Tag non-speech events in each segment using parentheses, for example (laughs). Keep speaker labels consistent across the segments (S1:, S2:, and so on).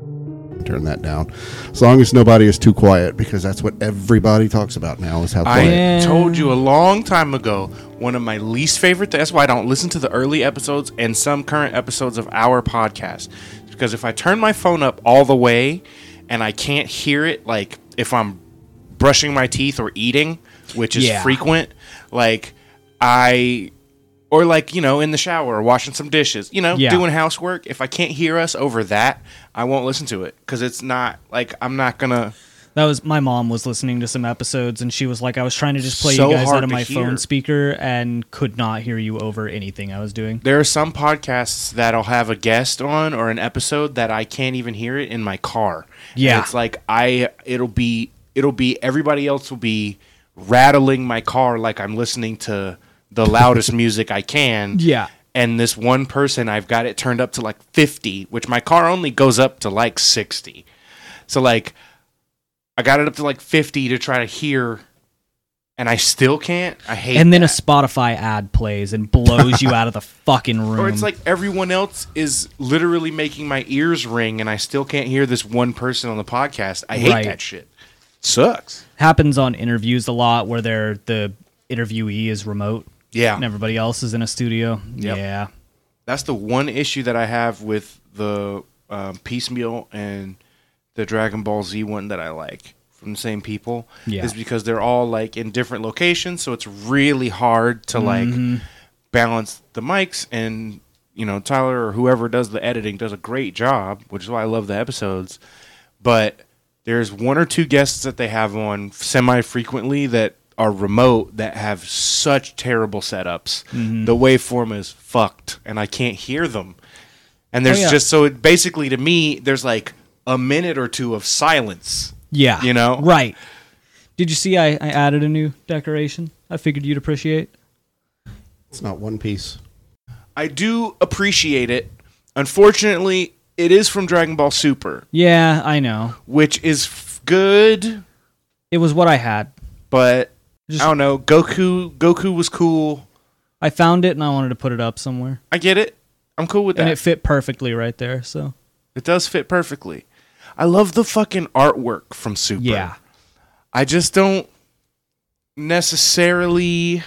S1: can turn that down. As long as nobody is too quiet, because that's what everybody talks about now is how
S2: I
S1: quiet.
S2: told you a long time ago, one of my least favorite th- that's why I don't listen to the early episodes and some current episodes of our podcast. Because if I turn my phone up all the way and I can't hear it like if I'm brushing my teeth or eating, which is
S3: Yeah.
S2: frequent, like I or like, you know, in the shower or washing some dishes, you know,
S3: Yeah.
S2: doing housework, if I can't hear us over that, I won't listen to it cuz it's not like I'm not going to
S4: That was my mom was listening to some episodes and she was like, I was trying to just play
S2: So
S4: you guys
S2: hard
S4: out of
S2: to
S4: my
S2: hear.
S4: phone speaker and could not hear you over anything I was doing.
S2: there are some podcasts that'll have a guest on or an episode that I can't even hear it in my car. And
S4: Yeah.
S2: it's like I it'll be it'll be everybody else will be rattling my car like I'm listening to the
S4: (laughs)
S2: loudest music I can.
S4: Yeah.
S2: And this one person I've got it turned up to like 50, which my car only goes up to like 60. So like I got it up to like 50 to try to hear and I still can't. I hate
S4: And then
S2: that.
S4: a Spotify ad plays and blows you
S2: (laughs)
S4: out of the fucking room.
S2: Or it's like everyone else is literally making my ears ring and I still can't hear this one person on the podcast. I hate
S4: Right.
S2: that shit. Sucks.
S4: happens on interviews a lot where they're the interviewee is remote
S2: Yeah.
S4: and everybody else is in a studio. Yeah.
S2: That's the one issue that I have with the um, piecemeal and the Dragon Ball Z one that I like from the same people
S4: Yeah.
S2: is because they're all like in different locations. So it's really hard to like
S4: Mm-hmm.
S2: balance the mics and you know Tyler or whoever does the editing does a great job, which is why I love the episodes. But there's one or two guests that they have on semi frequently that are remote that have such terrible setups. The waveform is fucked, and I can't hear them. And there's
S4: yeah.
S2: just so it basically to me there's like a minute or two of silence.
S4: Yeah.
S2: You know?
S4: Right. Did you see I, I added a new decoration? I figured you'd appreciate.
S1: It's not one piece.
S2: I do appreciate it. Unfortunately, it is from Dragon Ball Super,
S4: Yeah, I know.
S2: which is f- good,
S4: It was what I had.
S2: but
S4: Just-
S2: I don't know. Goku Goku was cool.
S4: I found it and I wanted to put it up somewhere.
S2: I get it. I'm cool with that.
S4: And it fit perfectly right there. So
S2: It does fit perfectly. I love the fucking artwork from Super.
S4: yeah,
S2: I just don't necessarily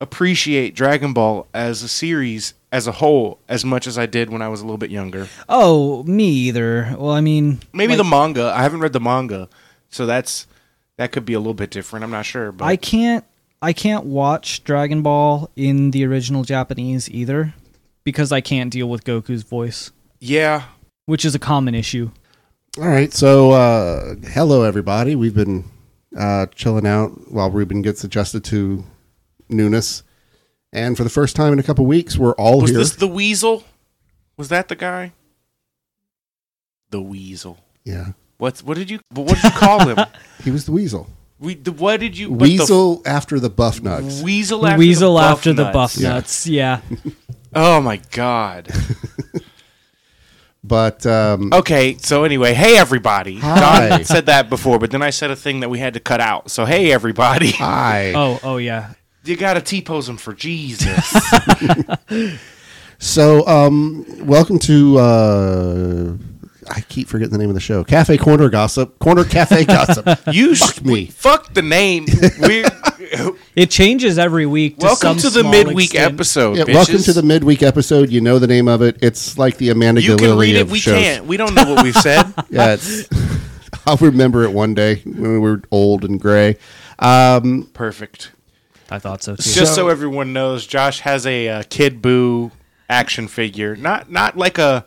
S2: appreciate Dragon Ball as a series as a whole as much as I did when I was a little bit younger.
S4: Oh, me either. Well, I mean,
S2: Maybe
S4: like,
S2: the manga. I haven't read the manga, so that's that could be a little bit different. I'm not sure, but
S4: I can't. I can't watch Dragon Ball in the original Japanese either, because I can't deal with Goku's voice,
S2: yeah,
S4: which is a common issue.
S1: All right, so uh, hello everybody. We've been uh, chilling out while Ruben gets adjusted to newness, and for the first time in a couple weeks, we're all
S2: was
S1: Oh, here.
S2: this the Weasel? Was that the guy? The Weasel.
S1: yeah,
S2: What's what did you what did you
S1: (laughs)
S2: call him?
S1: he was the weasel.
S2: We the, what did you what the
S1: Weasel after the buff nugs.
S2: Weasel after
S4: Weasel
S2: the buff
S4: after the buff
S1: Yeah.
S2: (laughs)
S4: nuts. Yeah.
S2: Oh my
S1: (laughs)
S2: god.
S1: but um,
S2: Okay, so anyway, hey everybody.
S1: Hi.
S2: Don said that before, but then I said a thing that we had to cut out. So hey everybody.
S1: I
S4: Oh, oh yeah.
S2: You gotta T pose him for
S1: (laughs)
S2: Jesus.
S1: so um, welcome to. Uh, I keep forgetting the name of the show. Cafe Corner Gossip. Corner Cafe Gossip.
S2: (laughs) You
S1: Fuck
S2: fuck
S1: me.
S2: me. Fuck the
S1: (laughs)
S2: name. We're
S4: It changes every week. To
S2: welcome
S4: some
S2: to the
S4: small
S2: midweek
S4: extent.
S2: episode.
S1: Yeah,
S2: bitches.
S1: welcome to the midweek episode. You know the name of it. It's like the Amanda
S2: You can
S1: Gallery
S2: read it.
S1: of
S2: We
S1: shows.
S2: can't. We don't know what we've said.
S1: Yeah, it's, (laughs) I'll remember it one day when we were old and gray. Um,
S2: Perfect.
S4: I thought so too.
S2: Just so everyone knows, Josh has a uh, Kid Boo action figure. Not not like a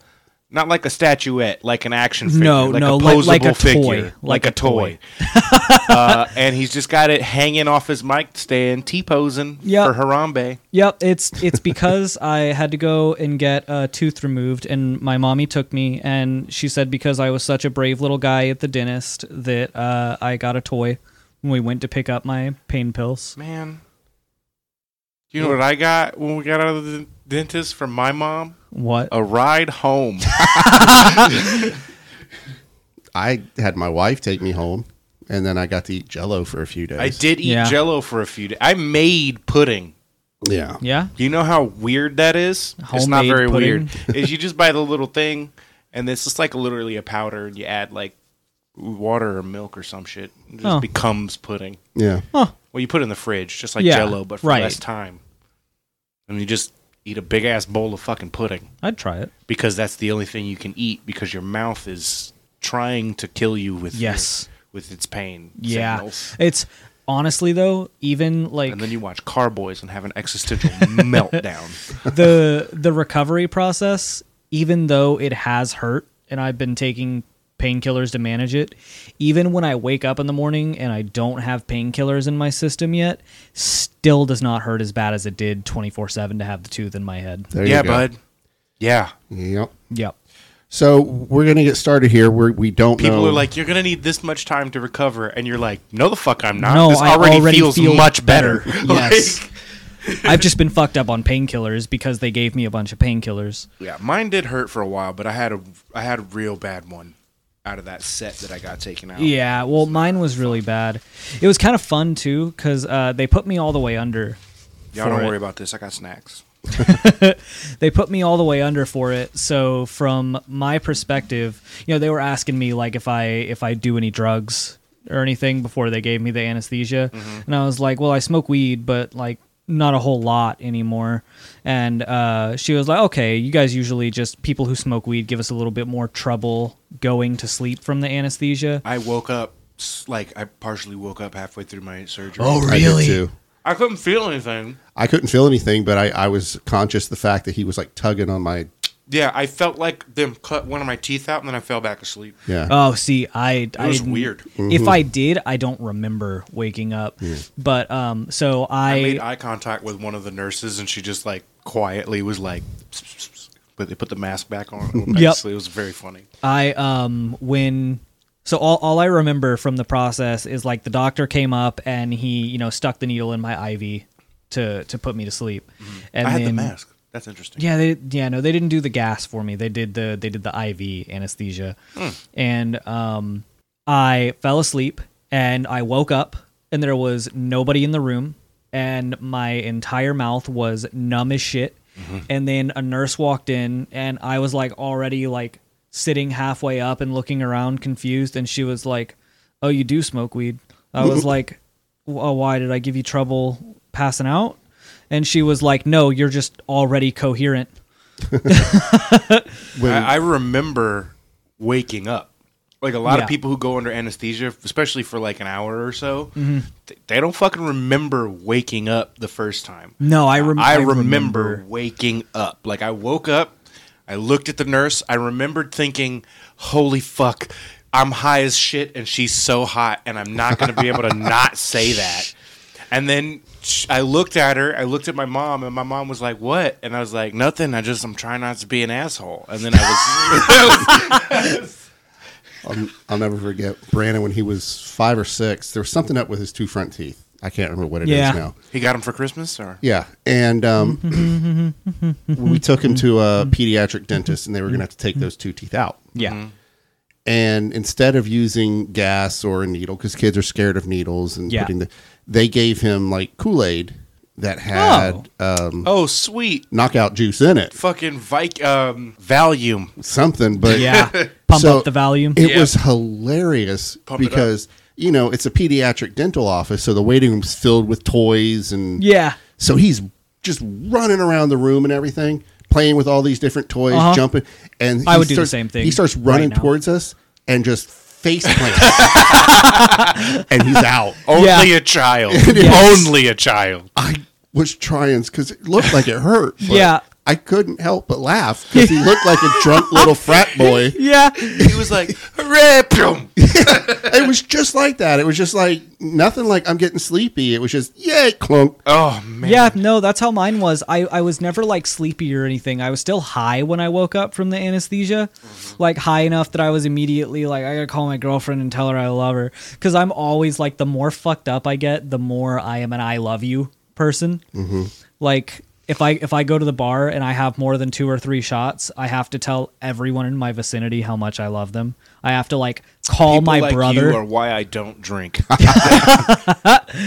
S2: not like a statuette, like an action figure.
S4: No,
S2: like a
S4: no, li-
S2: posable
S4: like a
S2: figure,
S4: toy,
S2: like,
S4: like
S2: a
S4: a toy.
S2: toy. (laughs) uh, and he's just got it hanging off his mic stand, t posing
S4: Yep.
S2: for Harambe.
S4: Yep, it's it's because (laughs) I had to go and get a tooth removed, and my mommy took me, and she said because I was such a brave little guy at the dentist that uh, I got a toy when we went to pick up my pain pills.
S2: Man, you know what I got when we got out of the dentist from my mom?
S4: What?
S2: A ride
S4: (laughs)
S2: home.
S1: I had my wife take me home, and then I got to eat Jello for a few days.
S2: I did eat
S4: Yeah.
S2: Jello for a few days. I made pudding.
S1: Yeah.
S4: Yeah.
S2: You know how weird that is? it's not
S4: Homemade
S2: very
S4: pudding.
S2: (laughs) weird. is you just buy the little thing and it's just like literally a powder, and you add like water or milk or some shit. It just
S4: Oh.
S2: becomes pudding.
S1: Yeah.
S2: Well, you put it in the fridge, just like
S4: Yeah,
S2: Jello, but for
S4: right.
S2: less time. And you just eat a big ass bowl of fucking pudding
S4: I'd try it.
S2: because that's the only thing you can eat because your mouth is trying to kill you with your-
S4: Yes.
S2: with its pain.
S4: Yeah.
S2: signals.
S4: It's honestly though, even like
S2: And then you watch Carboys and have an
S4: (laughs)
S2: existential meltdown.
S4: the the recovery process, even though it has hurt and I've been taking painkillers to manage it, even when I wake up in the morning and I don't have painkillers in my system yet, still does not hurt as bad as it did 24/7 to have the tooth in my head.
S1: There
S2: yeah,
S1: you go.
S2: bud. Yeah.
S1: Yep.
S4: Yep.
S1: So we're gonna get started here. We're, we don't
S2: People
S1: know.
S2: are like, you're gonna need this much time to recover, and you're like, no, the fuck, I'm not.
S4: No,
S2: this
S4: I
S2: already,
S4: already
S2: feels
S4: feel
S2: much better. (laughs)
S1: Yes.
S2: Like-
S4: I've just been fucked up on painkillers because they gave me a bunch of painkillers.
S2: yeah, mine did hurt for a while, but I had a I had a real bad one out of that set that I got taken
S1: Oh.
S2: out.
S4: Yeah, well, mine was really bad. It was kind of fun too because uh, they put me all the way under.
S2: Y'all don't
S4: for it.
S2: worry about this. I got snacks.
S4: They put me all the way under for it. So from my perspective, you know, they were asking me like if I if I do any drugs or anything before they gave me the anesthesia,
S2: Mm-hmm.
S4: and I was like, well, I smoke weed, but like not a whole lot anymore. And uh, she was like, okay, you guys usually just people who smoke weed give us a little bit more trouble going to sleep from the anesthesia.
S2: I woke up s- like I partially woke up halfway through my surgery.
S4: Oh,
S1: I did too.
S2: I couldn't feel anything.
S1: I couldn't feel anything, but I, I was conscious of the fact that he was like tugging on my
S2: Yeah, I felt like them cut one of my teeth out, and then I fell back asleep.
S1: yeah.
S4: Oh, see, I it I
S2: was
S4: didn't-
S2: weird.
S4: If I did, I don't remember waking up. But um, so I,
S2: I made eye contact with one of the nurses, and she just like quietly was like, "Psst, psst, psst," but they put the mask back
S4: (laughs)
S2: on. And went back to
S4: Yep.
S2: sleep. It was very funny.
S4: I um when so all, all I remember from the process is like the doctor came up and he you know stuck the needle in my IV to to put me to sleep. And
S2: Mm-hmm. I had the
S4: then-
S2: mask. That's interesting.
S4: Yeah, they yeah no they didn't do the gas for me. They did the they did the IV anesthesia,
S2: Hmm.
S4: and um I fell asleep and I woke up and there was nobody in the room and my entire mouth was numb as shit. And then a nurse walked in and I was like already like sitting halfway up and looking around confused and she was like, "Oh, you do smoke weed." I was like, "Oh, why did I give you trouble passing out?" And she was like, "No, you're just already coherent."
S1: When-
S2: I, I remember waking up. Like a lot
S4: Yeah.
S2: of people who go under anesthesia, especially for like an hour or so,
S4: Mm-hmm.
S2: th- they don't fucking remember waking up the first time.
S4: No, I, rem-
S2: I remember waking up. Like I woke up, I looked at the nurse, I remembered thinking, "Holy fuck, I'm high as shit and she's so hot and I'm not going to be able to not say that." And then sh- I looked at her, I looked at my mom and my mom was like, "What?" And I was like, "Nothing. I just I'm trying not to be an asshole." And then I was
S1: I'll, Um, I'll never forget Brandon when he was five or six. There was something up with his two front teeth. I can't remember what it is
S4: Yeah.
S1: now.
S2: He got him for Christmas or
S1: Yeah, and um,
S4: Mm-hmm.
S1: we took him to a pediatric dentist, and they were going to have to take those two teeth out.
S4: Yeah.
S1: And instead of using gas or a needle, because kids are scared of needles and
S4: Yeah.
S1: putting the, they gave him like Kool Aid that had um,
S2: Oh, sweet.
S1: knockout juice in it,
S2: Fucking Vic um Valium.
S1: something. But
S4: Yeah. Pump
S1: So
S4: up the volume.
S1: It
S2: Yeah.
S1: was hilarious
S2: Pump it up.
S1: because you know it's a pediatric dental office, so the waiting room's filled with toys and
S4: yeah.
S1: So he's just running around the room and everything, playing with all these different toys,
S4: Uh-huh.
S1: jumping. And he
S4: I would do the same thing
S1: He starts
S4: right
S1: running
S4: now.
S1: towards us and just
S4: (laughs)
S1: face plants, and he's out.
S2: Only a child.
S4: Yes.
S2: Only a child.
S1: I was trying because it looked like it hurt. but
S4: Yeah.
S1: I couldn't help but laugh because
S4: (laughs)
S1: he looked like a drunk little frat boy.
S4: Yeah.
S2: He was like, hooray, pum.
S1: It was just like that. It was just like nothing. Like I'm getting sleepy. It was just yay clunk.
S2: Oh, man.
S4: Yeah, no, that's how mine was. I, I was never like sleepy or anything. I was still high when I woke up from the anesthesia,
S2: Mm-hmm.
S4: like high enough that I was immediately like, I gotta call my girlfriend and tell her I love her. Cause I'm always like, the more fucked up I get, the more I am an I love you person.
S2: Mm-hmm.
S4: Like, if I if I go to the bar and I have more than two or three shots, I have to tell everyone in my vicinity how much I love them. I have to like call
S2: People
S4: my
S2: like
S4: brother.
S2: You are why I don't
S4: (laughs)
S2: drink.
S4: I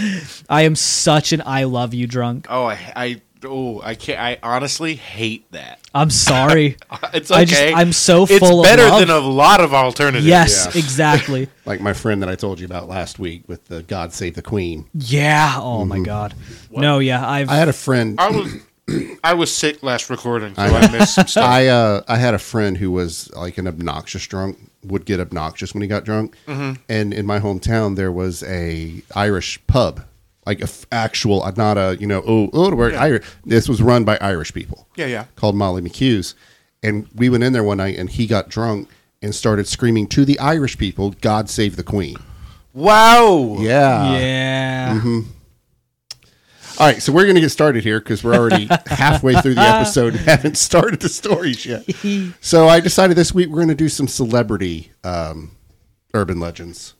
S4: am such an I love you drunk.
S2: oh, I, I Oh, I can't. I honestly hate that. (laughs)
S4: I'm sorry.
S2: It's okay.
S4: I just- I'm so
S2: it's
S4: full of
S2: better
S4: love.
S2: than a lot of alternatives.
S4: yes,
S1: Yeah.
S4: exactly.
S1: Like my friend that I told you about last week with the God Save the Queen.
S4: Yeah. Oh my god. No. Yeah. I've.
S1: Mm-hmm. I had a friend.
S2: I was I was sick last recording, so
S1: I know.
S2: I missed some stuff.
S1: I uh, I had a friend who was like an obnoxious drunk. Would get obnoxious when he got drunk.
S2: Mm-hmm.
S1: And in my hometown, there was a Irish pub, like a f- actual, uh, not a you know oh oh we're Irish. This was run by Irish people.
S2: Yeah, yeah.
S1: Called Molly McHugh's, and we went in there one night, and he got drunk and started screaming to the Irish people, "God save the Queen."
S2: Wow.
S1: Yeah.
S4: yeah.
S1: mm-hmm. All right, so we're going to get started here because we're (laughs) already halfway through the episode and haven't started the stories (laughs) yet. so I decided this week we're going to do some celebrity um, urban legends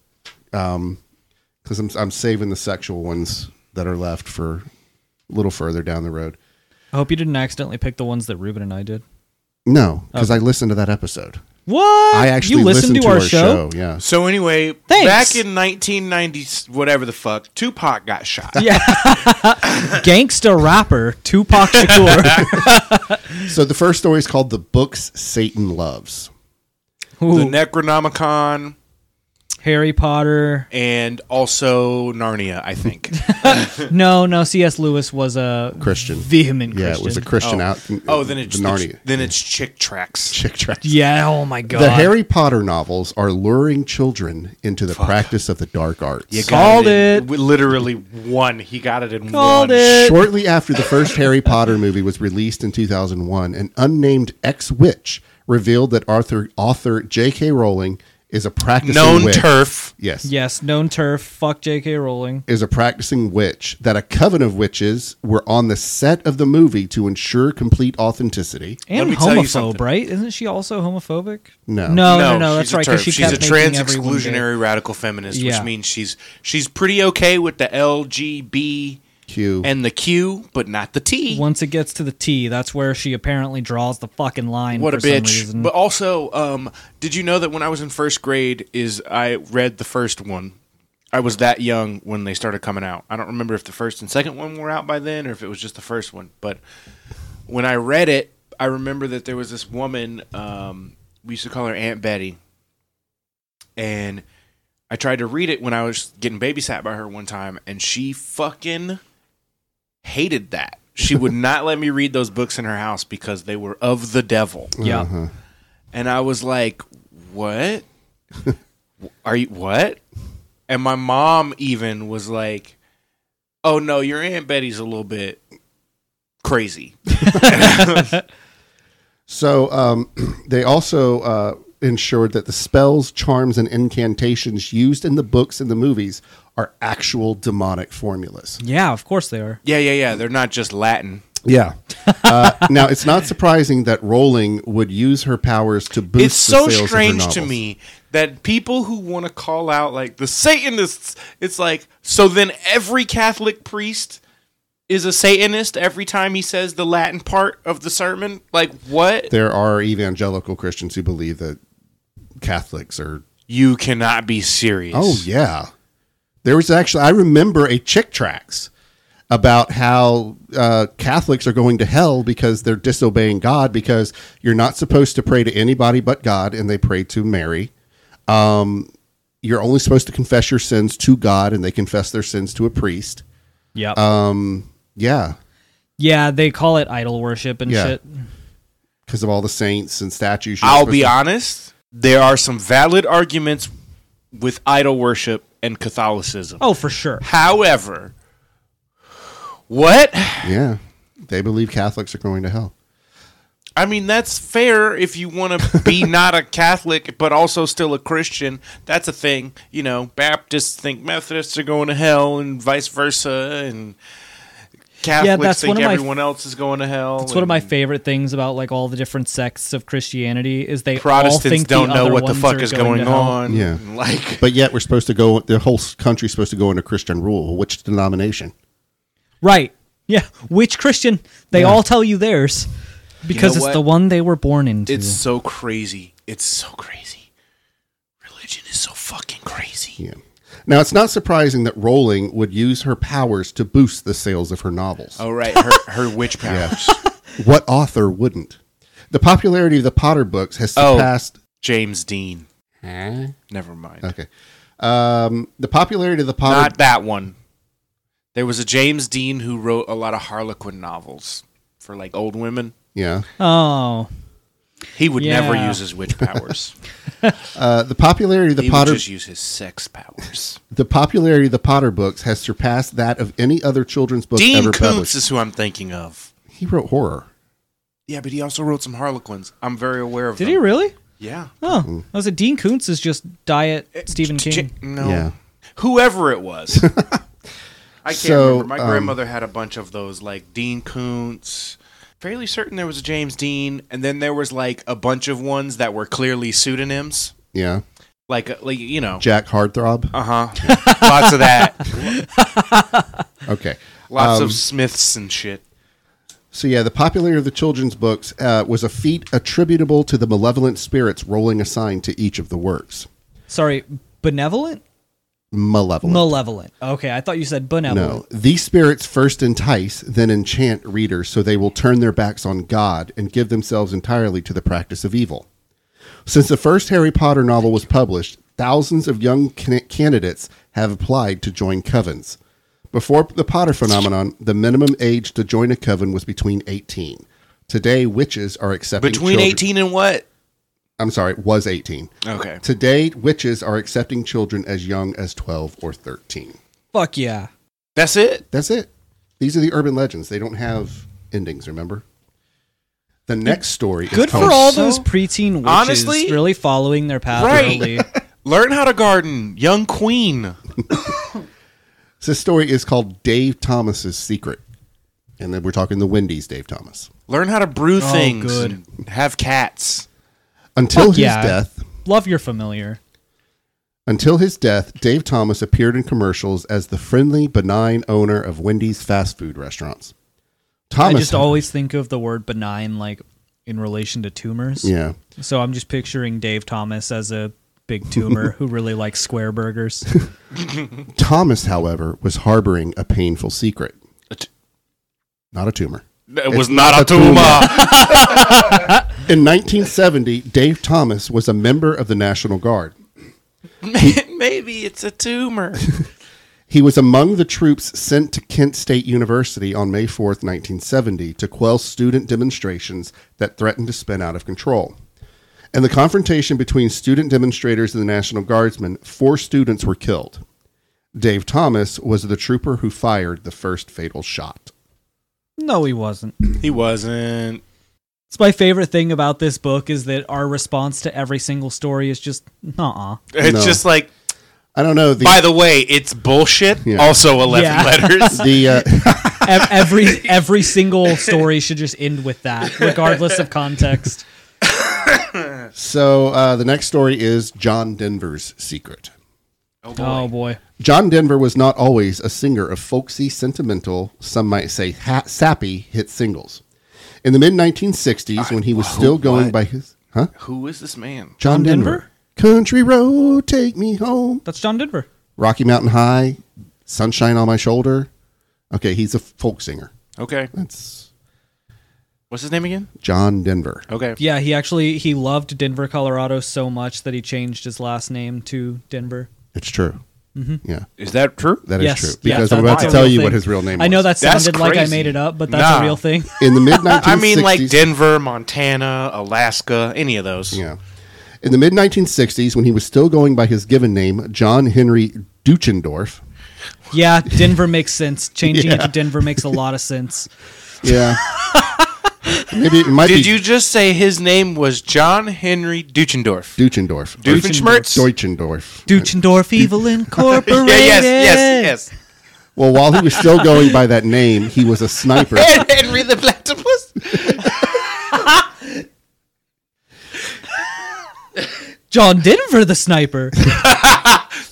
S1: because I'm, I'm saving the sexual ones that are left for a little further down the road.
S4: I hope you didn't accidentally pick the ones that Ruben and I did.
S1: No, because I listened to that episode.
S4: What?
S1: I actually Oh.
S4: you
S1: Ah, listened,
S4: listened,
S1: to, our, show. (laughs) Yeah.
S2: So anyway,
S4: Thanks.
S2: back in 1990, whatever the fuck, Tupac got shot.
S4: Yeah. (laughs) Gangsta rapper
S2: (laughs)
S4: Tupac Shakur.
S1: So the first story is called "The Books Satan Loves."
S2: The
S4: Ooh,
S2: Necronomicon
S4: Harry Potter.
S2: and also Narnia, I
S4: (laughs)
S2: think.
S4: No, no. C.S. Lewis was a
S1: Christian.
S4: vehement Christian.
S1: Yeah, it was a Christian out.
S2: oh, then it's
S1: the Narnia.
S2: then it's Chick Tracks.
S1: chick track.
S4: Yeah. Oh my god.
S1: The Harry Potter novels are luring children into the practice of the dark arts.
S4: Called it.
S2: Literally one. He got it in
S4: Called
S2: one.
S1: (laughs)
S4: it.
S1: Shortly after the first Harry Potter movie was released in 2001, an unnamed ex-witch revealed that Arthur author J.K. Rowling is a practicing
S2: Known
S1: witch.
S2: turf.
S1: Yes.
S4: Yes. Known turf. Fuck J.K. Rowling.
S1: Is a practicing witch that a coven of witches were on the set of the movie to ensure complete authenticity.
S4: And
S2: me tell you
S4: homophobe,
S2: something.
S4: right? Isn't she also homophobic?
S1: No.
S4: No. No. No.
S2: she's
S4: that's
S2: a
S4: right. Because
S2: turf.
S4: she
S2: she's
S4: kept
S2: a trans
S4: making everyone gay.
S2: exclusionary radical feminist,
S4: Yeah.
S2: which means she's she's pretty okay with the L, G, B,
S1: Q.
S2: and the Q, but not the T.
S4: Once it gets to the T, that's where she apparently draws the fucking line.
S2: what a
S4: for some
S2: bitch!
S4: reason.
S2: But also, um, did you know that when I was in first grade, is I read the first one. I was that young when they started coming out. I don't remember if the first and second one were out by then, or if it was just the first one. But when I read it, I remember that there was this woman. Um, we used to call her Aunt Betty, and I tried to read it when I was getting babysat by her one time, and she fucking hated that. She
S4: (laughs)
S2: would not let me read those books in her house because they were of the devil.
S4: yeah.
S2: And I was like, "What? Are you what?" And my mom even was like, "Oh no, your aunt Betty's a little bit crazy."
S1: So um, (clears throat) they also uh, ensured that the spells, charms, and incantations used in the books and the movies are actual demonic formulas.
S4: Yeah. Of course they are.
S2: Yeah, yeah, yeah. They're not just Latin.
S1: Yeah. Uh, (laughs) now it's not surprising that Rowling would use her powers to boost.
S2: it's
S1: the
S2: so
S1: sales of her
S2: strange to
S1: novels.
S2: me that people who want to call out like the satanists it's like so then every catholic priest is a satanist every time he says the latin part of the sermon like what
S1: There are evangelical Christians who believe that Catholics are.
S2: you cannot be serious
S1: Oh yeah. There was actually I remember a chick tracks about how uh, Catholics are going to hell because they're disobeying God because you're not supposed to pray to anybody but God and they pray to Mary. Um, you're only supposed to confess your sins to God and they confess their sins to a priest.
S4: Yeah.
S1: Um, yeah,
S4: yeah. They call it idol worship and
S1: Yeah.
S4: shit.
S1: because of all the saints and statues. you're
S2: i'll
S1: supposed
S2: be
S1: to-
S2: honest there are some valid arguments with idol worship and catholicism
S4: Oh, for sure.
S2: however what
S1: Yeah, they believe Catholics are going to hell.
S2: I mean, that's fair if you want to
S4: (laughs)
S2: be not a Catholic, but also still a Christian. That's a thing. You know, Baptists think Methodists are going to hell and vice versa. And Catholics
S4: that's
S2: think
S4: one of my-
S2: everyone else is going to hell.
S4: It's one of my
S2: and
S4: favorite things about like all the different sects of Christianity is they all
S2: Protestants
S4: think
S2: don't
S4: the
S2: know
S4: other
S2: what the
S4: ones
S2: fuck
S4: are
S2: is going,
S4: to hell.
S2: on.
S1: Yeah.
S2: Like,
S1: But yet we're supposed to go. The whole country's supposed to go under Christian rule. Which denomination?
S4: Right. Yeah. Which Christian? They all tell you theirs because
S2: know
S4: it's
S2: what?
S4: the one they were born into.
S2: it's so crazy. It's so crazy. Religion is so fucking crazy.
S1: Yeah. Now, it's not surprising that Rowling would use her powers to boost the sales of her novels.
S2: Oh right, her, her
S1: (laughs)
S2: witch powers.
S1: What author wouldn't? The popularity of the Potter books has
S2: Oh.
S1: surpassed.
S2: James Dean. Never mind.
S1: Okay. Um, the popularity of the Potter.
S2: Not that one. There was a James Dean who wrote a lot of Harlequin novels for like old women.
S1: yeah.
S4: Oh,
S2: He would never
S4: Yeah.
S2: use his witch powers.
S1: Uh, the popularity of (laughs) the
S2: he
S1: Potter.
S2: would just use his sex powers.
S1: The popularity of the Potter books has surpassed that of any other children's (laughs) book
S2: Dean
S1: ever
S2: Koontz
S1: published.
S2: is who I'm thinking of.
S1: He wrote horror.
S2: Yeah, but he also wrote some Harlequins. I'm very aware of
S4: did
S2: them.
S4: he really?
S2: Yeah.
S4: Oh, I was it Dean Koontz is just diet Stephen
S2: Eh, J-
S4: King.
S2: J- no.
S1: Yeah.
S2: Whoever it was. I can't
S1: So,
S2: remember. My
S1: um,
S2: grandmother had a bunch of those, like Dean Koontz. Fairly certain there was a James Dean, and then there was like a bunch of ones that were clearly pseudonyms.
S1: Yeah.
S2: Like, like you know.
S1: Jack Hardthrob.
S2: Uh huh. Lots of that.
S1: Okay.
S2: Lots of Smiths and shit.
S1: So yeah, the popularity of the children's books uh, was a feat attributable to the malevolent spirits rolling a sign to each of the works.
S4: Sorry, benevolent,
S1: Malevolent.
S4: malevolent. Okay, I thought you said benevolent.
S1: no, these spirits first entice, then enchant readers so they will turn their backs on God and give themselves entirely to the practice of evil. Since the first Harry Potter novel was published, thousands of young can- candidates have applied to join covens. Before the Potter phenomenon, the minimum age to join a coven was between 18. Today, witches are accepting
S2: Between
S1: children-
S2: 18 and what?
S1: I'm sorry, was 18.
S2: Okay.
S1: Today, witches are accepting children as young as 12 or 13.
S4: Fuck yeah.
S2: That's it?
S1: That's it. These are the urban legends. They don't have endings, remember? The next story is
S4: Good for
S1: called-
S4: all
S2: so-
S4: those preteen witches
S2: Honestly-
S4: really following their path
S1: (laughs)
S2: Right.
S4: early.
S2: Learn how to garden, young queen.
S1: This story is called Dave Thomas's Secret. And then we're talking the Wendy's Dave Thomas.
S2: Learn how to brew things.
S4: good.
S2: and Have cats.
S1: Until
S4: Fuck
S1: his
S4: yeah.
S1: death,
S4: Love your familiar.
S1: until his death, Dave Thomas appeared in commercials as the friendly, benign owner of Wendy's fast food restaurants. Thomas
S4: I just always think of the word benign like in relation to tumors.
S1: Yeah.
S4: So I'm just picturing Dave Thomas as a
S1: (laughs)
S4: big tumor who really likes square burgers.
S1: Thomas, however, was harboring a painful secret.
S2: A t-
S1: Not a tumor.
S2: It was not, a tumor.
S1: In 1970, Dave Thomas was a member of the National Guard.
S2: (laughs) Maybe it's a tumor.
S1: He was among the troops sent to Kent State University on May 4th, 1970, to quell student demonstrations that threatened to spin out of control. In the confrontation between student demonstrators and the National Guardsmen, four students were killed. Dave Thomas was the trooper who fired the first fatal shot.
S4: no, he wasn't.
S2: he wasn't. (laughs)
S4: It's my favorite thing about this book is that our response to every single story is just
S1: (laughs)
S4: nah.
S2: It's
S1: No.
S2: just like,
S1: I don't know. The,
S2: by the way, it's bullshit.
S1: Yeah.
S2: Also 11 (laughs)
S4: Yeah.
S1: (laughs)
S2: letters.
S1: the uh,
S4: Ev- every every single story should just end with that, regardless
S1: (laughs)
S4: of context.
S1: So uh, the next story is John Denver's secret.
S2: Oh,
S4: Oh boy,
S1: John Denver was not always a singer of folksy, sentimental, some might say ha- sappy hit singles. In the mid 1960s, when he was still going by his huh
S2: Who is this man?
S1: John Denver.
S4: Denver?
S1: Country road, take me home.
S4: that's John Denver.
S1: Rocky Mountain High, sunshine on my shoulder. Okay, he's a folk singer.
S2: Okay.
S1: That's
S2: What's his name again?
S1: John Denver.
S2: Okay.
S4: Yeah, he actually he loved Denver, Colorado so much that he changed his last name to Denver.
S1: It's true. Yeah,
S2: Is that true?
S1: that is
S4: Yes,
S1: true.
S4: yes,
S1: Because I'm about
S4: that's
S1: to
S4: a
S1: tell
S4: real
S1: you what
S4: thing.
S1: his real name.
S4: I know
S1: was.
S4: that
S2: That's
S4: sounded like I
S2: crazy.
S4: made it up, but that's
S2: Nah.
S4: a real thing.
S1: in the mid 1960s.
S2: (laughs) I mean, like Denver, Montana, Alaska, any of those.
S1: Yeah. In the mid 1960s, when he was still going by his given name, John Henry Duchendorf.
S4: Yeah, Denver
S1: (laughs)
S4: makes sense. Changing it to Denver makes a lot of sense.
S1: Yeah. Maybe it might
S2: Did
S1: be
S2: you just say his name was John Henry Duchendorf?
S1: Duchendorf.
S2: Doofenshmirtz?
S1: Deutschendorf.
S4: Duchendorf Evil Incorporated.
S2: Yeah, yes, yes,
S1: Well, while he was still going by that name, he was a
S2: (laughs)
S1: sniper.
S2: yes. And Henry the Platypus?
S4: John Denver the sniper.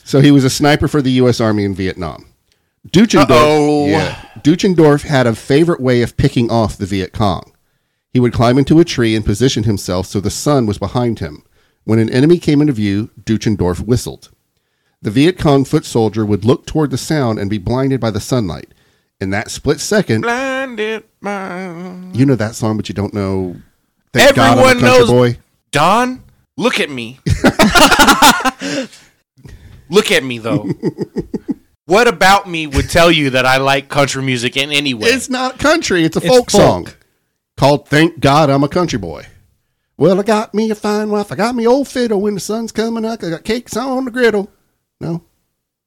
S1: So he was a sniper for the U.S. Army in Vietnam.
S2: Uh-oh.
S1: Duchendorf, yeah, Duchendorf had a favorite way of picking off the Viet Cong. He would climb into a tree and position himself so the sun was behind him. When an enemy came into view, Duchendorf whistled. The Viet Cong foot soldier would look toward the sound and be blinded by the sunlight. In that split second,
S2: (laughs) Blinded by
S1: you know that song, but you don't know.
S2: Everyone
S1: Country
S2: knows-
S1: Boy.
S2: Don, look at
S4: (laughs)
S2: me. look at me though. what about me would tell you that I like country music in any way?
S1: It's not country. It's a
S4: It's
S1: folk,
S4: folk.
S1: song called "Thank God I'm a Country Boy." Well, I got me a fine wife. I got me old fiddle. When the sun's coming up, I got cakes on the griddle. No,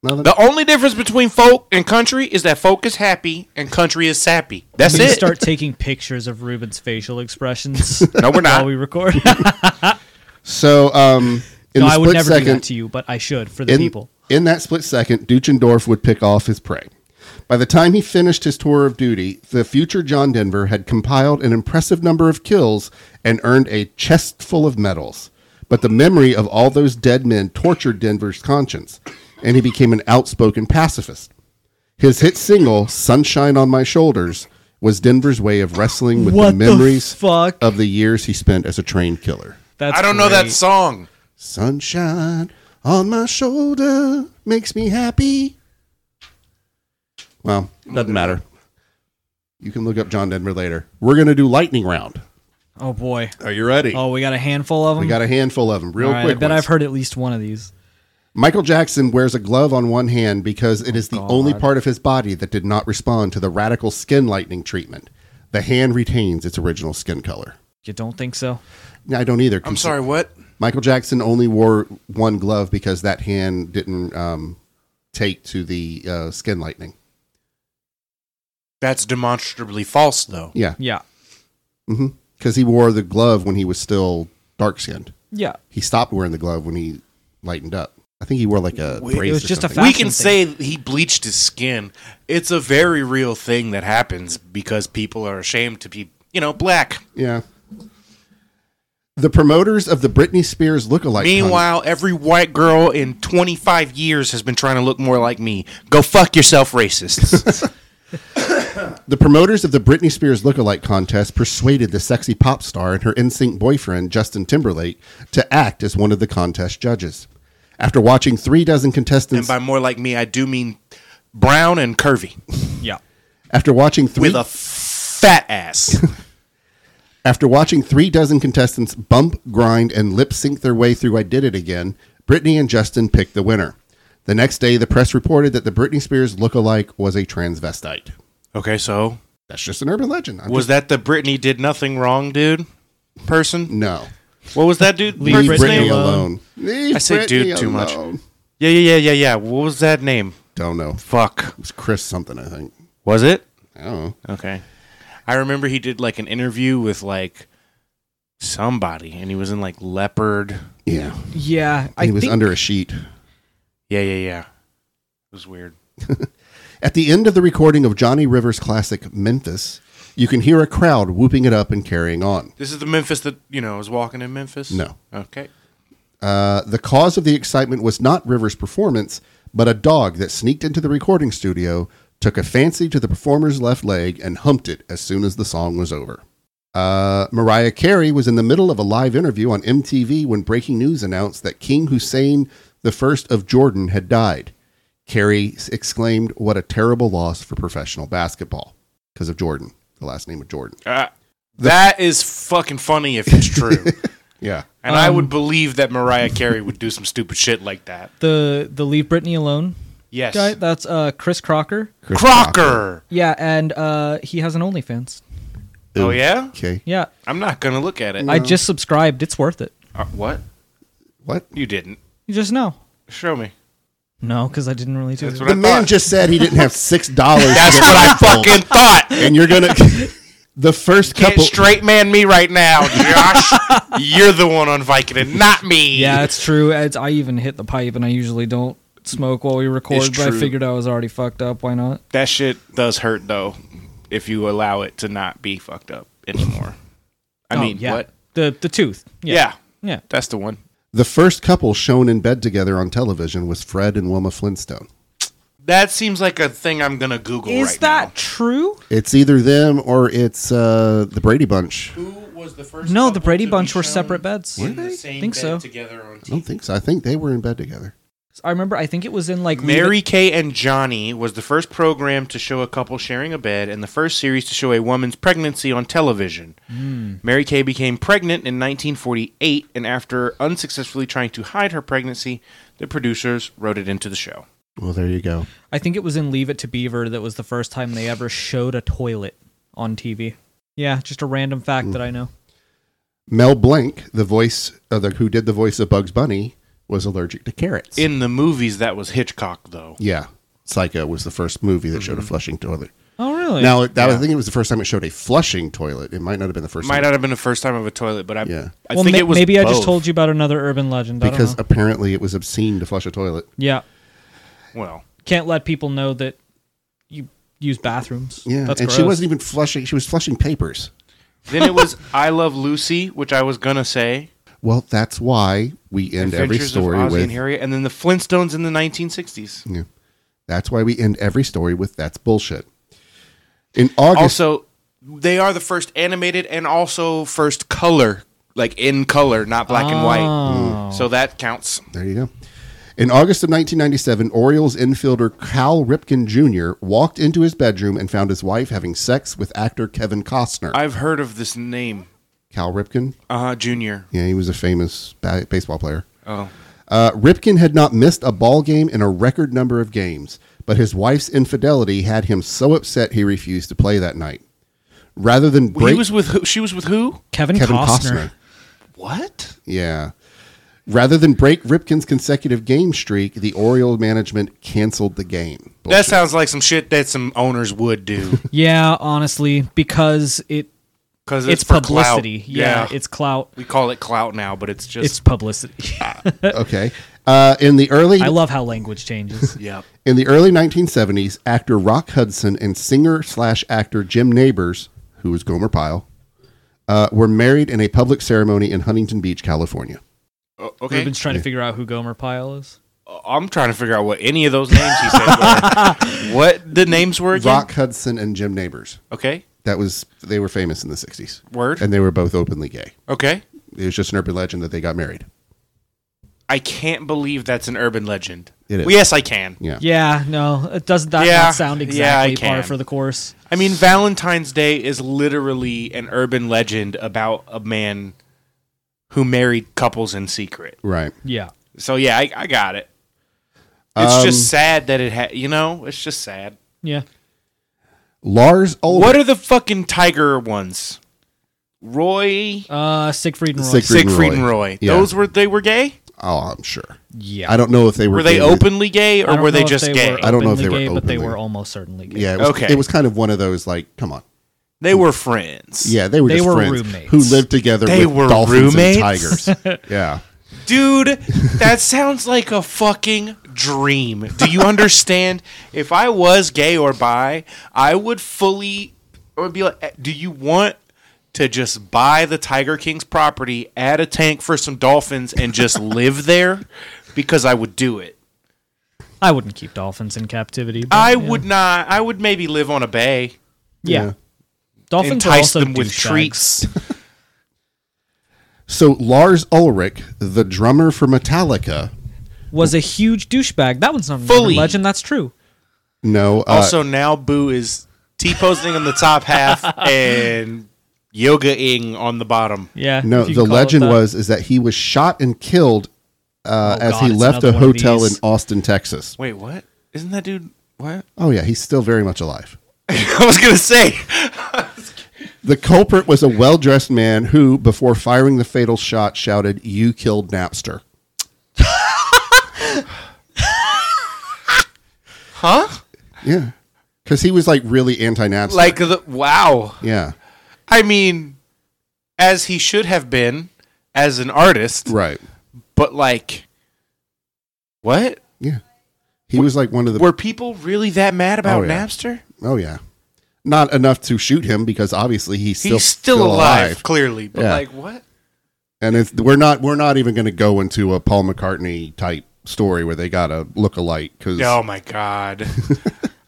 S1: nothing.
S2: the only difference between folk and country is that folk is happy and country is sappy. That's
S4: We
S2: it.
S4: start taking pictures of Ruben's
S1: (laughs)
S4: facial expressions.
S2: No, we're not.
S4: (laughs) While we record.
S1: So, um, in
S4: no,
S1: the
S4: I would
S1: split
S4: never do
S1: second,
S4: that to you, but I should for the
S1: in,
S4: people.
S1: in that split second, Duchendorf would pick off his prey. By the time he finished his tour of duty, the future John Denver had compiled an impressive number of kills and earned a chest full of medals. But the memory of all those dead men tortured Denver's conscience, and he became an outspoken pacifist. His hit single, Sunshine on My Shoulders, was Denver's way of wrestling with the
S4: What the
S1: memories
S4: fuck?
S1: of the years he spent as a trained killer.
S4: That's
S2: I don't know that
S4: great.
S2: song.
S1: Sunshine on my shoulder makes me happy. Well, doesn't matter. You can look up John Denver later. We're going to do lightning round.
S4: Oh boy.
S1: Are you ready?
S4: Oh, we got a handful of them.
S1: We got a handful of them real
S4: All right,
S1: quick.
S4: I bet
S1: ones.
S4: I've heard at least one of these.
S1: Michael Jackson wears a glove on one hand because it is the only part of his body that did not respond to the radical skin lightening treatment. The hand retains its original skin color.
S4: You don't think so?
S1: No, I don't either.
S2: I'm sorry, what?
S1: Michael Jackson only wore one glove because that hand didn't um, take to the uh, skin lightening.
S2: That's demonstrably false though.
S1: Yeah,
S4: Yeah.
S1: because Mm-hmm. he wore the glove when he was still dark skinned.
S4: Yeah.
S1: He stopped wearing the glove when he lightened up. I think he wore like a brace.
S4: It was
S1: or
S4: just a
S1: something.
S4: fa-
S2: we
S4: Fashion
S2: can say he bleached his skin. It's a very real thing that happens because people are ashamed to be, you know, black.
S1: yeah. The promoters of the Britney Spears lookalike. contest-
S2: Meanwhile, every white girl in 25 years has been trying to look more like me. Go fuck yourself, racists.
S1: The promoters of the Britney Spears lookalike contest persuaded the sexy pop star and her NSYNC boyfriend, Justin Timberlake, to act as one of the contest judges. After watching three dozen
S2: and
S1: contestants,
S2: by more like me, I do mean brown and curvy
S4: Yeah.
S1: after watching three,
S2: with a fat ass.
S1: after watching three dozen contestants bump, grind, and lip sync their way through "I Did It Again," Britney and Justin picked the winner. The next day, the press reported that the Britney Spears lookalike was a transvestite.
S2: okay, so
S1: That's just an urban legend. I'm
S2: was
S1: just-
S2: that the Britney did nothing wrong, dude? Person?
S1: no?
S2: What was that dude?
S4: Leave
S1: Leave
S2: person's
S1: Britney
S4: Britney
S2: name?
S1: alone.
S4: alone.
S1: Leave
S2: I say dude
S1: Britney
S2: too much.
S1: alone.
S2: Yeah, yeah, yeah, yeah, yeah. What was that name?
S1: Don't know.
S2: Fuck.
S1: It's Chris something, I think.
S2: Was it?
S1: I don't know.
S2: Okay. I remember he did like an interview with like somebody and he was in like leopard.
S1: Yeah.
S4: Yeah. I
S1: he was
S4: think
S1: under a sheet.
S2: Yeah, yeah, yeah. It was weird.
S1: At the end of the recording of Johnny Rivers' classic Memphis, you can hear a crowd whooping it up and carrying on.
S2: This is the Memphis that, you know, was walking in Memphis?
S1: No.
S2: Okay.
S1: Uh, the cause of the excitement was not Rivers' performance, but a dog that sneaked into the recording studio, took a fancy to the performer's left leg, and humped it as soon as the song was over. Uh, Mariah Carey was in the middle of a live interview on MTV when breaking news announced that King Hussein I of Jordan had died. Carey exclaimed, What a terrible loss for professional basketball. Because of Jordan, the last name of Jordan.
S2: Uh, that is fucking funny if it's
S1: (laughs)
S2: true.
S1: Yeah.
S2: and I would believe that Mariah Carey would do some stupid shit like that.
S4: the the Leave Britney Alone
S2: Yes.
S4: guy. That's uh Chris Crocker.
S2: Crocker.
S4: Yeah, and uh he has an OnlyFans.
S2: Oh, yeah?
S1: Okay.
S4: Yeah.
S2: I'm not going to look at it.
S4: I just subscribed. It's worth it.
S2: Uh, what?
S1: What?
S2: You didn't.
S4: You just know.
S1: (laughs)
S2: Show me.
S4: No, because I didn't really do
S2: That's
S4: it.
S2: what
S1: The
S2: I
S1: man
S2: thought.
S1: just said he didn't have six dollars.
S2: (laughs) That's what I fucking thought.
S1: and you're gonna the first
S2: Can't
S1: couple
S2: straight man me
S1: (laughs)
S2: right now, Josh. You're the one on Vicodin, not me.
S4: Yeah, it's true. It's, I even hit the pipe, and I usually don't smoke while we record,
S2: It's
S4: but
S2: true.
S4: I figured I was already fucked up. Why not?
S2: That shit does hurt though, if you allow it to not be fucked up anymore. I
S4: Oh,
S2: mean,
S4: yeah.
S2: what?
S4: The the tooth.
S2: Yeah.
S4: Yeah. Yeah.
S2: that's the one.
S1: the first couple shown in bed together on television was Fred and Wilma Flintstone.
S2: That seems like a thing I'm gonna Google.
S4: Is
S2: right
S4: that
S2: now.
S4: true?
S1: It's either them or it's uh, the Brady Bunch. I
S2: who was the first?
S4: No, the
S2: couple
S4: Brady
S2: to be
S4: Bunch were
S2: shown
S4: separate beds.
S2: in the
S4: they?
S2: same
S4: Think
S2: bed
S4: so.
S2: Together on TV?
S1: don't think so. I think they were in bed together.
S4: I remember. I think it was in like Leave
S2: Mary
S4: It-
S2: Kay and Johnny was the first program to show a couple sharing a bed and the first series to show a woman's pregnancy on television.
S4: Hmm.
S2: Mary Kay became pregnant in 1948, and after unsuccessfully trying to hide her pregnancy, the producers wrote it into the show.
S1: Well, there you go.
S4: I think it was in Leave It to Beaver that was the first time they ever showed a toilet on TV. Yeah, just a random fact that I know.
S1: Mel Blanc, the voice of the who did the voice of Bugs Bunny, was allergic to carrots.
S2: In the movies, that was Hitchcock, though.
S1: yeah, Psycho was the first movie that showed a flushing toilet.
S4: Oh, really?
S1: Now, that, I think it was the first time it showed a flushing toilet. It might not have been the first
S2: Might
S1: time
S2: not have been the first time of a toilet, but I,
S1: Yeah.
S2: I
S4: well,
S2: think
S4: ma-
S2: it was.
S4: maybe I just
S2: both.
S4: told you about another urban legend. I
S1: because
S4: don't know.
S1: apparently it was obscene to flush a toilet.
S4: yeah,
S2: Well,
S4: can't let people know that you use bathrooms.
S1: Yeah,
S4: that's
S1: and
S4: gross.
S1: she wasn't even flushing; she was flushing papers.
S2: then it was I Love Lucy, which I was gonna say.
S1: Well, that's why we end every
S2: Adventures
S1: story
S2: of Ozzie
S1: with.
S2: and Harriet, and then the Flintstones in the 1960s.
S1: Yeah. That's why we end every story with "That's bullshit." In August,
S2: Also, they are the first animated and also first color, like in color, not black and
S1: Oh.
S2: white. So that counts.
S1: There you go. In August of 1997, Orioles infielder Cal Ripken Jr. walked into his bedroom and found his wife having sex with actor Kevin Costner.
S2: I've heard of this name,
S1: Cal Ripken,
S2: uh, Junior.
S1: yeah, he was a famous ba- baseball player.
S2: Oh,
S1: Uh, Ripken had not missed a ball game in a record number of games, but his wife's infidelity had him so upset he refused to play that night. Rather than
S2: Well,
S1: break
S2: he was with who? She was with who?
S4: Kevin,
S1: Kevin
S4: Costner.
S1: Costner.
S2: What?
S1: Yeah. Rather than break Ripken's consecutive game streak, the Oriole management canceled the game.
S2: That sounds like some shit that some owners would do
S4: Yeah, honestly, because it
S2: because
S4: (laughs) it's,
S2: it's, for
S4: publicity.
S2: Clout.
S4: Yeah, it's clout.
S2: we call it clout now, but it's just
S4: It's publicity.
S1: okay. Uh, in the early
S4: I love how language changes.
S2: yeah.
S1: in the early 1970s, actor Rock Hudson and singer slash actor Jim Neighbors, who was Gomer Pyle, uh, were married in a public ceremony in Huntington Beach, California.
S2: O-
S4: We've
S2: Okay,
S4: Ruben's trying to figure out who Gomer Pyle is.
S2: Uh, I'm trying to figure out what any of those names he said.
S1: (laughs)
S2: were. what the names were again?
S1: Rock Hudson and Jim Neighbors.
S2: Okay,
S1: That was they were famous in the 60s,
S2: word.
S1: and they were both openly gay.
S2: Okay,
S1: It was just an urban legend that they got married.
S2: I can't believe that's an urban legend.
S1: It is.
S2: Well, yes, I can.
S1: Yeah.
S4: Yeah, no, it does that
S2: Yeah,
S4: not sound
S2: yeah, I
S4: exactly par
S2: can.
S4: for the course.
S2: I mean, Valentine's Day is literally an urban legend about a man who married couples in secret.
S1: Right.
S4: Yeah,
S2: So yeah, I, I got it. It's
S1: Um,
S2: just sad that it had. You know, it's just sad.
S4: yeah.
S1: Lars Ulrich.
S2: What are the fucking tiger ones? Roy,
S4: Uh, Siegfried and Roy.
S1: Siegfried. and
S2: Siegfried
S1: Roy.
S2: and Roy.
S1: Yeah.
S2: Those were they were gay.
S1: Oh, I'm sure.
S4: Yeah,
S1: I don't know if they were.
S2: Were they
S1: gay or-
S2: openly gay
S4: I
S2: or
S4: don't
S2: were
S4: know
S2: they
S4: if
S2: just
S4: they
S2: gay?
S4: were
S1: I don't know if they
S4: openly
S1: were
S4: gay, but they
S1: openly.
S4: were almost certainly gay.
S1: Yeah. It was,
S2: Okay.
S1: It was kind of one of those like, come on.
S2: they were friends.
S1: Yeah, they were
S4: They
S1: just
S4: were
S1: friends
S4: roommates.
S1: who lived together.
S2: They
S1: with
S2: were
S1: dolphins
S2: roommates?
S1: and
S4: (laughs)
S1: tigers. yeah,
S2: Dude, that sounds like a fucking dream. Do you understand? if I was gay or bi, I would fully I would be like, eh, do you want to just buy the Tiger King's property, add a tank for some dolphins and
S4: (laughs)
S2: just live there? Because I would do it.
S4: I wouldn't keep dolphins in captivity. but,
S2: I
S4: yeah.
S2: would not I would maybe live on a bay,
S4: Yeah,
S1: Yeah.
S4: dolphins are
S2: entice
S4: also
S2: them with
S4: douchebags. (laughs)
S2: treats.
S1: So Lars Ulrich, the drummer for Metallica,
S4: Was a huge douchebag. That one's not an
S2: Fully.
S4: urban legend. That's true.
S1: no, uh,
S2: Also now Boo is T posing on the top
S4: (laughs)
S2: half and yoga ing on the bottom.
S4: Yeah.
S1: no.
S4: if you
S1: The
S4: can call it
S1: legend
S4: that.
S1: was is that he was shot and killed uh,
S4: Oh,
S1: as
S4: God,
S1: he
S4: it's
S1: left a
S4: another one of
S1: hotel in
S4: these.
S1: Austin, Texas.
S2: Wait, what? Isn't that dude what?
S1: Oh yeah, he's still very much alive.
S2: (laughs) I was gonna say.
S1: The culprit was a well-dressed man who, before firing the fatal shot, shouted, "You killed Napster."
S2: Huh?
S1: Yeah, because he was like really anti-Napster.
S2: Like the wow.
S1: yeah,
S2: I mean, as he should have been as an artist,
S1: right.
S2: but like what?
S1: Yeah, he was like one of the
S2: Were people really that mad about
S1: Oh, yeah.
S2: Napster?
S1: Oh yeah, not enough to shoot him because obviously he's
S2: He's
S1: still,
S2: still, alive, clearly. But
S1: Yeah.
S2: like what?
S1: And it's, we're not we're not even going to go into a Paul McCartney type story where they got to look alike because
S2: Oh my god.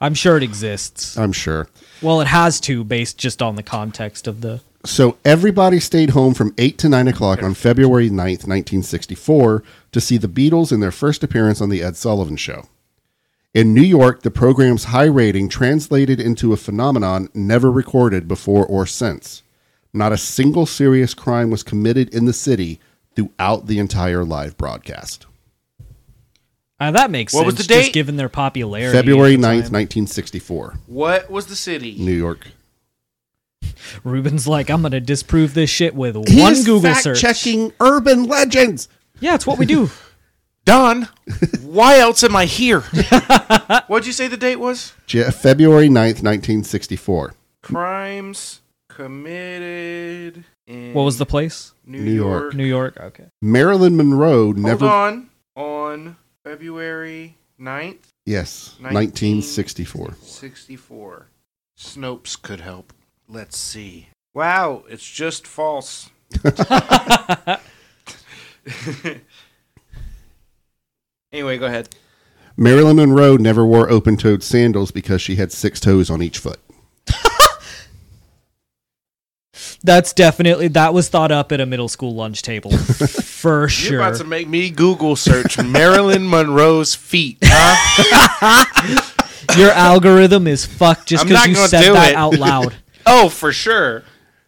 S4: I'm sure it exists.
S1: I'm sure.
S4: Well, it has to, based just on the context of the.
S1: So everybody stayed home from 8 to 9 o'clock on February 9th, 1964, to see the Beatles in their first appearance on The Ed Sullivan Show. In New York, the program's high rating translated into a phenomenon never recorded before or since. Not a single serious crime was committed in the city throughout the entire live broadcast.
S4: Uh, that makes
S2: What
S4: sense.
S2: was the
S4: just
S2: date?
S4: given their popularity.
S1: February
S4: at the
S1: 9th,
S4: time.
S1: 1964,
S2: What was the city?
S1: New York.
S4: Ruben's like, I'm gonna disprove this shit with one Google search.
S1: checking urban legends.
S4: Yeah, it's what
S2: (laughs)
S4: we do.
S2: Don, why else am I (laughs) here? What'd you say the date was?
S1: Je- February 9th, 1964.
S2: Crimes committed in
S4: what was the place?
S2: New,
S1: New York.
S2: York.
S4: New York. Okay.
S1: Marilyn Monroe
S2: Hold
S1: never.
S2: on. On February 9th,
S1: Yes,
S2: 19-
S1: 1964.
S2: 64. Snopes could help. Let's see. Wow, it's just false. (laughs) anyway, go ahead.
S1: Marilyn Monroe never wore open toed sandals because she had six toes on each foot.
S4: That's definitely that was thought up at a middle school
S2: (laughs)
S4: lunch table for
S2: You're
S4: sure.
S2: about to make me Google search (laughs) Marilyn Monroe's feet. Huh? (laughs)
S4: Your algorithm is fucked just
S2: I'm
S4: because
S2: not
S4: you
S2: gonna
S4: said
S2: do
S4: that
S2: it.
S4: out
S2: (laughs)
S4: loud.
S2: oh, for sure.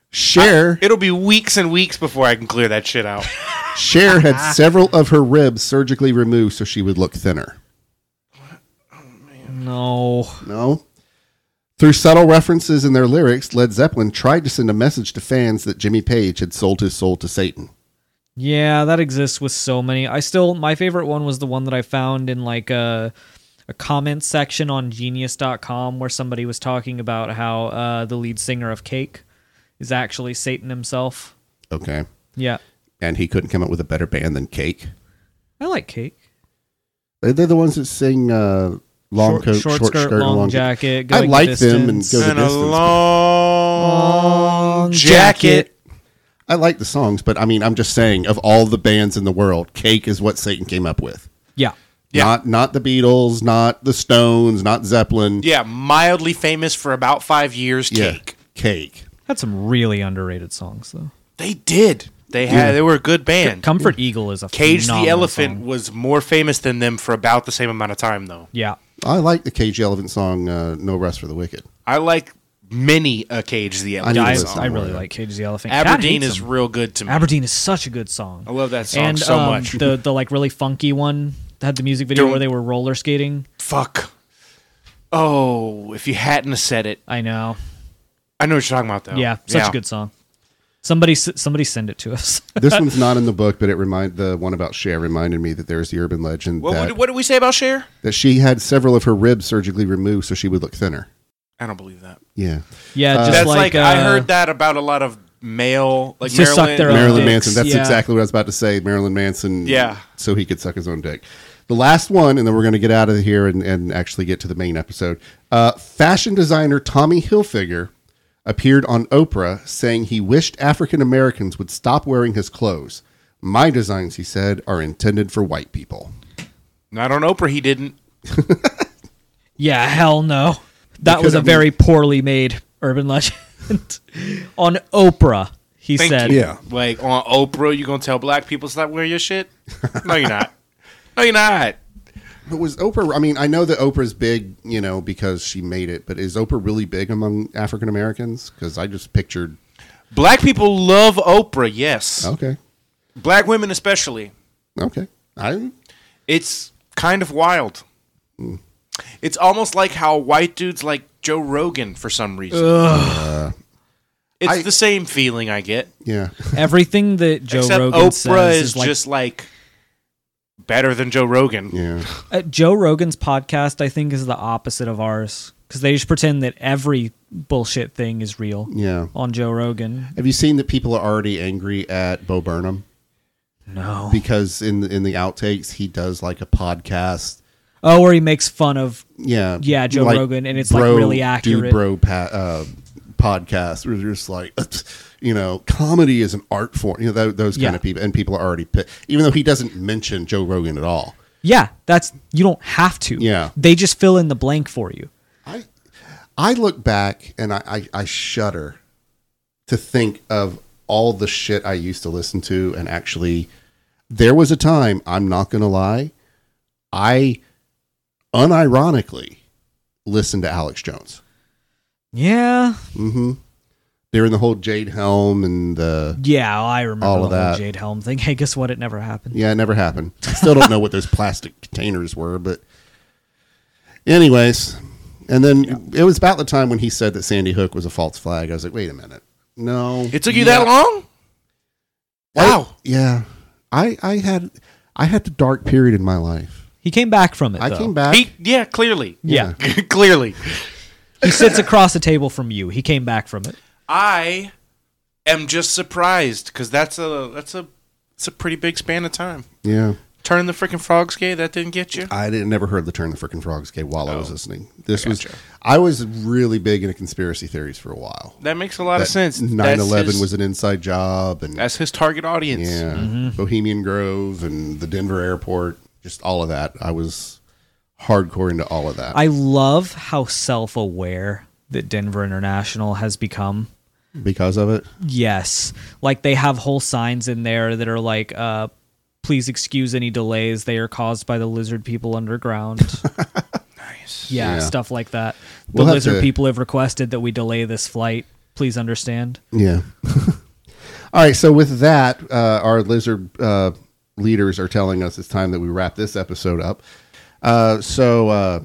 S1: Cher,
S2: It'll be weeks and weeks before I can clear that shit out.
S1: Cher
S2: (laughs)
S1: had several of her ribs surgically removed so she would look thinner.
S4: No.
S1: No. Through subtle references in their lyrics, Led Zeppelin tried to send a message to fans that Jimmy Page had sold his soul to Satan.
S4: Yeah, that exists with so many. I still my favorite one was the one that I found in like a a comment section on genius.com where somebody was talking about how uh, the lead singer of Cake is actually Satan himself.
S1: Okay.
S4: Yeah.
S1: And he couldn't come up with a better band than Cake.
S4: I like Cake.
S1: They're they're the ones that sing uh, long
S4: short,
S1: coat,
S4: short, skirt, long,
S1: coat.
S4: jacket.
S1: I
S4: Going the
S1: like them and
S4: distance.
S1: go the
S2: and a
S1: distance. but
S2: long
S4: jacket.
S2: jacket.
S1: I like the songs, but I mean, I'm just saying, of all the bands in the world, Cake is what Satan came up with.
S4: Yeah.
S2: Yeah.
S1: Not not the Beatles, not the Stones, not Zeppelin.
S2: Yeah, mildly famous for about five years.
S1: Yeah,
S2: Cake.
S1: Cake.
S4: Had some really underrated songs though.
S2: They did. They had. They were a good band.
S4: Comfort Eagle is a
S2: Cage the
S4: phenomenal
S2: Elephant
S4: song.
S2: was more famous than them for about the same amount of time, though.
S4: Yeah.
S1: I like the Cage the Elephant song, uh, No Rest for the Wicked.
S2: I like many a Cage the
S1: need
S4: Yeah,
S2: Elephant
S1: to
S4: I,
S1: listen
S2: song.
S4: I
S1: more.
S4: really like Cage the Elephant. Cat
S2: Aberdeen
S4: hates
S2: is
S4: him.
S2: real good to me.
S4: Aberdeen is such a good song.
S2: I love that song so
S4: um,
S2: much.
S4: The the like really funky one that had the music video
S2: Don't-
S4: where they were roller skating.
S2: Fuck. Oh, if you hadn't have said it,
S4: I know.
S2: I know what you're talking about though.
S4: Yeah, such a good song. Somebody s- somebody send it to us. (laughs)
S1: This one's not in the book, but it remind the one about Cher reminded me that there's the urban legend
S2: What,
S1: that,
S2: what, what did we say about Cher?
S1: that she had several of her ribs surgically removed so she would look thinner.
S2: I don't believe that.
S1: Yeah,
S4: Yeah, just
S2: That's like, I
S4: uh,
S2: heard that about a lot of male like
S4: To suck
S2: Maryland.
S4: their own
S1: Marilyn
S4: dicks,
S1: Manson. That's
S4: yeah.
S1: exactly what I was about to say. Marilyn Manson.
S2: Yeah.
S1: So he could suck his own dick. The last one, and then we're going to get out of here and, and actually get to the main episode. Uh, fashion designer Tommy Hilfiger appeared on Oprah saying he wished African Americans would stop wearing his clothes. My designs, he said, are intended for white people.
S2: Not on Oprah, he didn't.
S4: Yeah, hell no. That
S1: Because,
S4: was a
S1: I mean-
S4: very poorly made urban (laughs) legend on Oprah. He
S2: Thank
S4: said,
S2: you.
S1: Yeah.
S2: Like on Oprah, you gonna tell black people stop wearing your shit? No, you're not. no, you're not.
S1: But was Oprah? I mean, I know that Oprah's big, you know, because she made it. But is Oprah really big among African Americans? Because I just pictured.
S2: Black people love Oprah, yes.
S1: Okay.
S2: Black women especially.
S1: Okay. I
S2: It's kind of wild.
S1: Hmm.
S2: It's almost like how white dudes like Joe Rogan for some reason. it's
S1: I-
S2: the same feeling I get.
S1: yeah.
S4: everything that Joe
S2: except
S4: Rogan
S2: Oprah
S4: says
S2: is,
S4: is, like
S2: just like better than Joe Rogan.
S1: Yeah.
S4: Uh, Joe Rogan's podcast, I think, is the opposite of ours because they just pretend that every bullshit thing is real
S1: Yeah.
S4: on Joe Rogan.
S1: Have you seen that people are already angry at Bo Burnham
S4: No.
S1: because in the, in the outtakes he does like a podcast.
S4: Oh, where he makes fun of.
S1: Yeah,
S4: Yeah, Joe Rogan, and it's, like, really accurate.
S1: Dude, bro, pa- uh, podcast where you're just like, (laughs) you know, comedy is an art form. You know, tho- those kind
S4: Yeah.
S1: of people, and people are already pit, even though he doesn't mention Joe Rogan at all.
S4: Yeah, that's. You don't have to.
S1: Yeah.
S4: They just fill in the blank for you.
S1: I I look back and I I, I shudder to think of all the shit I used to listen to and actually there was a time, I'm not going to lie, I unironically listened to Alex Jones.
S4: Yeah.
S1: Mm-hmm. During the whole Jade Helm and the
S4: Yeah, I remember
S1: All of
S4: the whole
S1: that.
S4: Jade Helm thing. (laughs) Hey, guess what? It never happened.
S1: yeah, it never happened. Still don't know what those plastic containers were, but anyways, and then it was about the time when he said that Sandy Hook was a false flag. I was like, wait a minute, no,
S2: It took you that long? Wow.
S1: I- yeah, I I had I had the dark period in my life.
S4: He came back from it.
S1: I
S4: though.
S1: came back.
S2: He, yeah, clearly. (laughs)
S4: Yeah.
S2: clearly.
S4: He sits across the table from you. He came back from it.
S2: I am just surprised because that's a that's a it's a pretty big span of time.
S1: yeah,
S2: Turn the freaking frogs gay. That didn't get you.
S1: I didn't never heard the term the freaking frogs gay while I was
S2: Oh,
S1: listening. This
S2: I
S1: was
S2: gotcha.
S1: I was really big into conspiracy theories for a while.
S2: That makes a lot of
S1: That
S2: sense.
S1: 9/11
S2: That's his-
S1: was an inside job, and
S2: that's his target audience.
S1: Yeah.
S4: Mm-hmm.
S1: Bohemian Grove and the Denver airport, just all of that. I was hardcore into all of that
S4: I love how self aware that Denver International has become.
S1: because of it.
S4: Yes. Like they have whole signs in there that are like, uh, please excuse any delays. They are caused by the lizard people underground. (laughs) nice. Yeah,
S1: Yeah.
S4: stuff like that. The
S1: We'll have
S4: lizard
S1: to-
S4: people have requested that we delay this flight. Please understand.
S1: Yeah. (laughs) all right. So, with that, uh, our lizard uh, leaders are telling us it's time that we wrap this episode up. Uh, so, uh,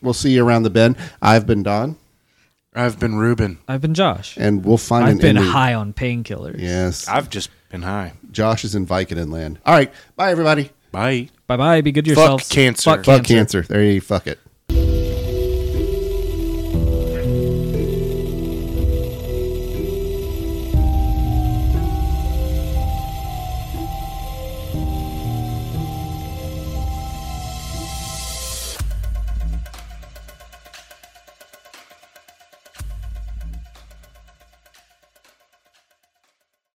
S1: we'll see you around the bend. I've been Don,
S2: I've been Ruben.
S4: I've been Josh.
S1: and we'll find
S4: I've
S1: an
S4: been
S1: ending.
S4: high on painkillers.
S1: Yes.
S2: I've just been high.
S1: Josh is in Vicodin land. All right. Bye, everybody.
S2: Bye.
S4: Bye bye. Be good to yourselves.
S2: cancer.
S1: Fuck cancer. There you fuck it.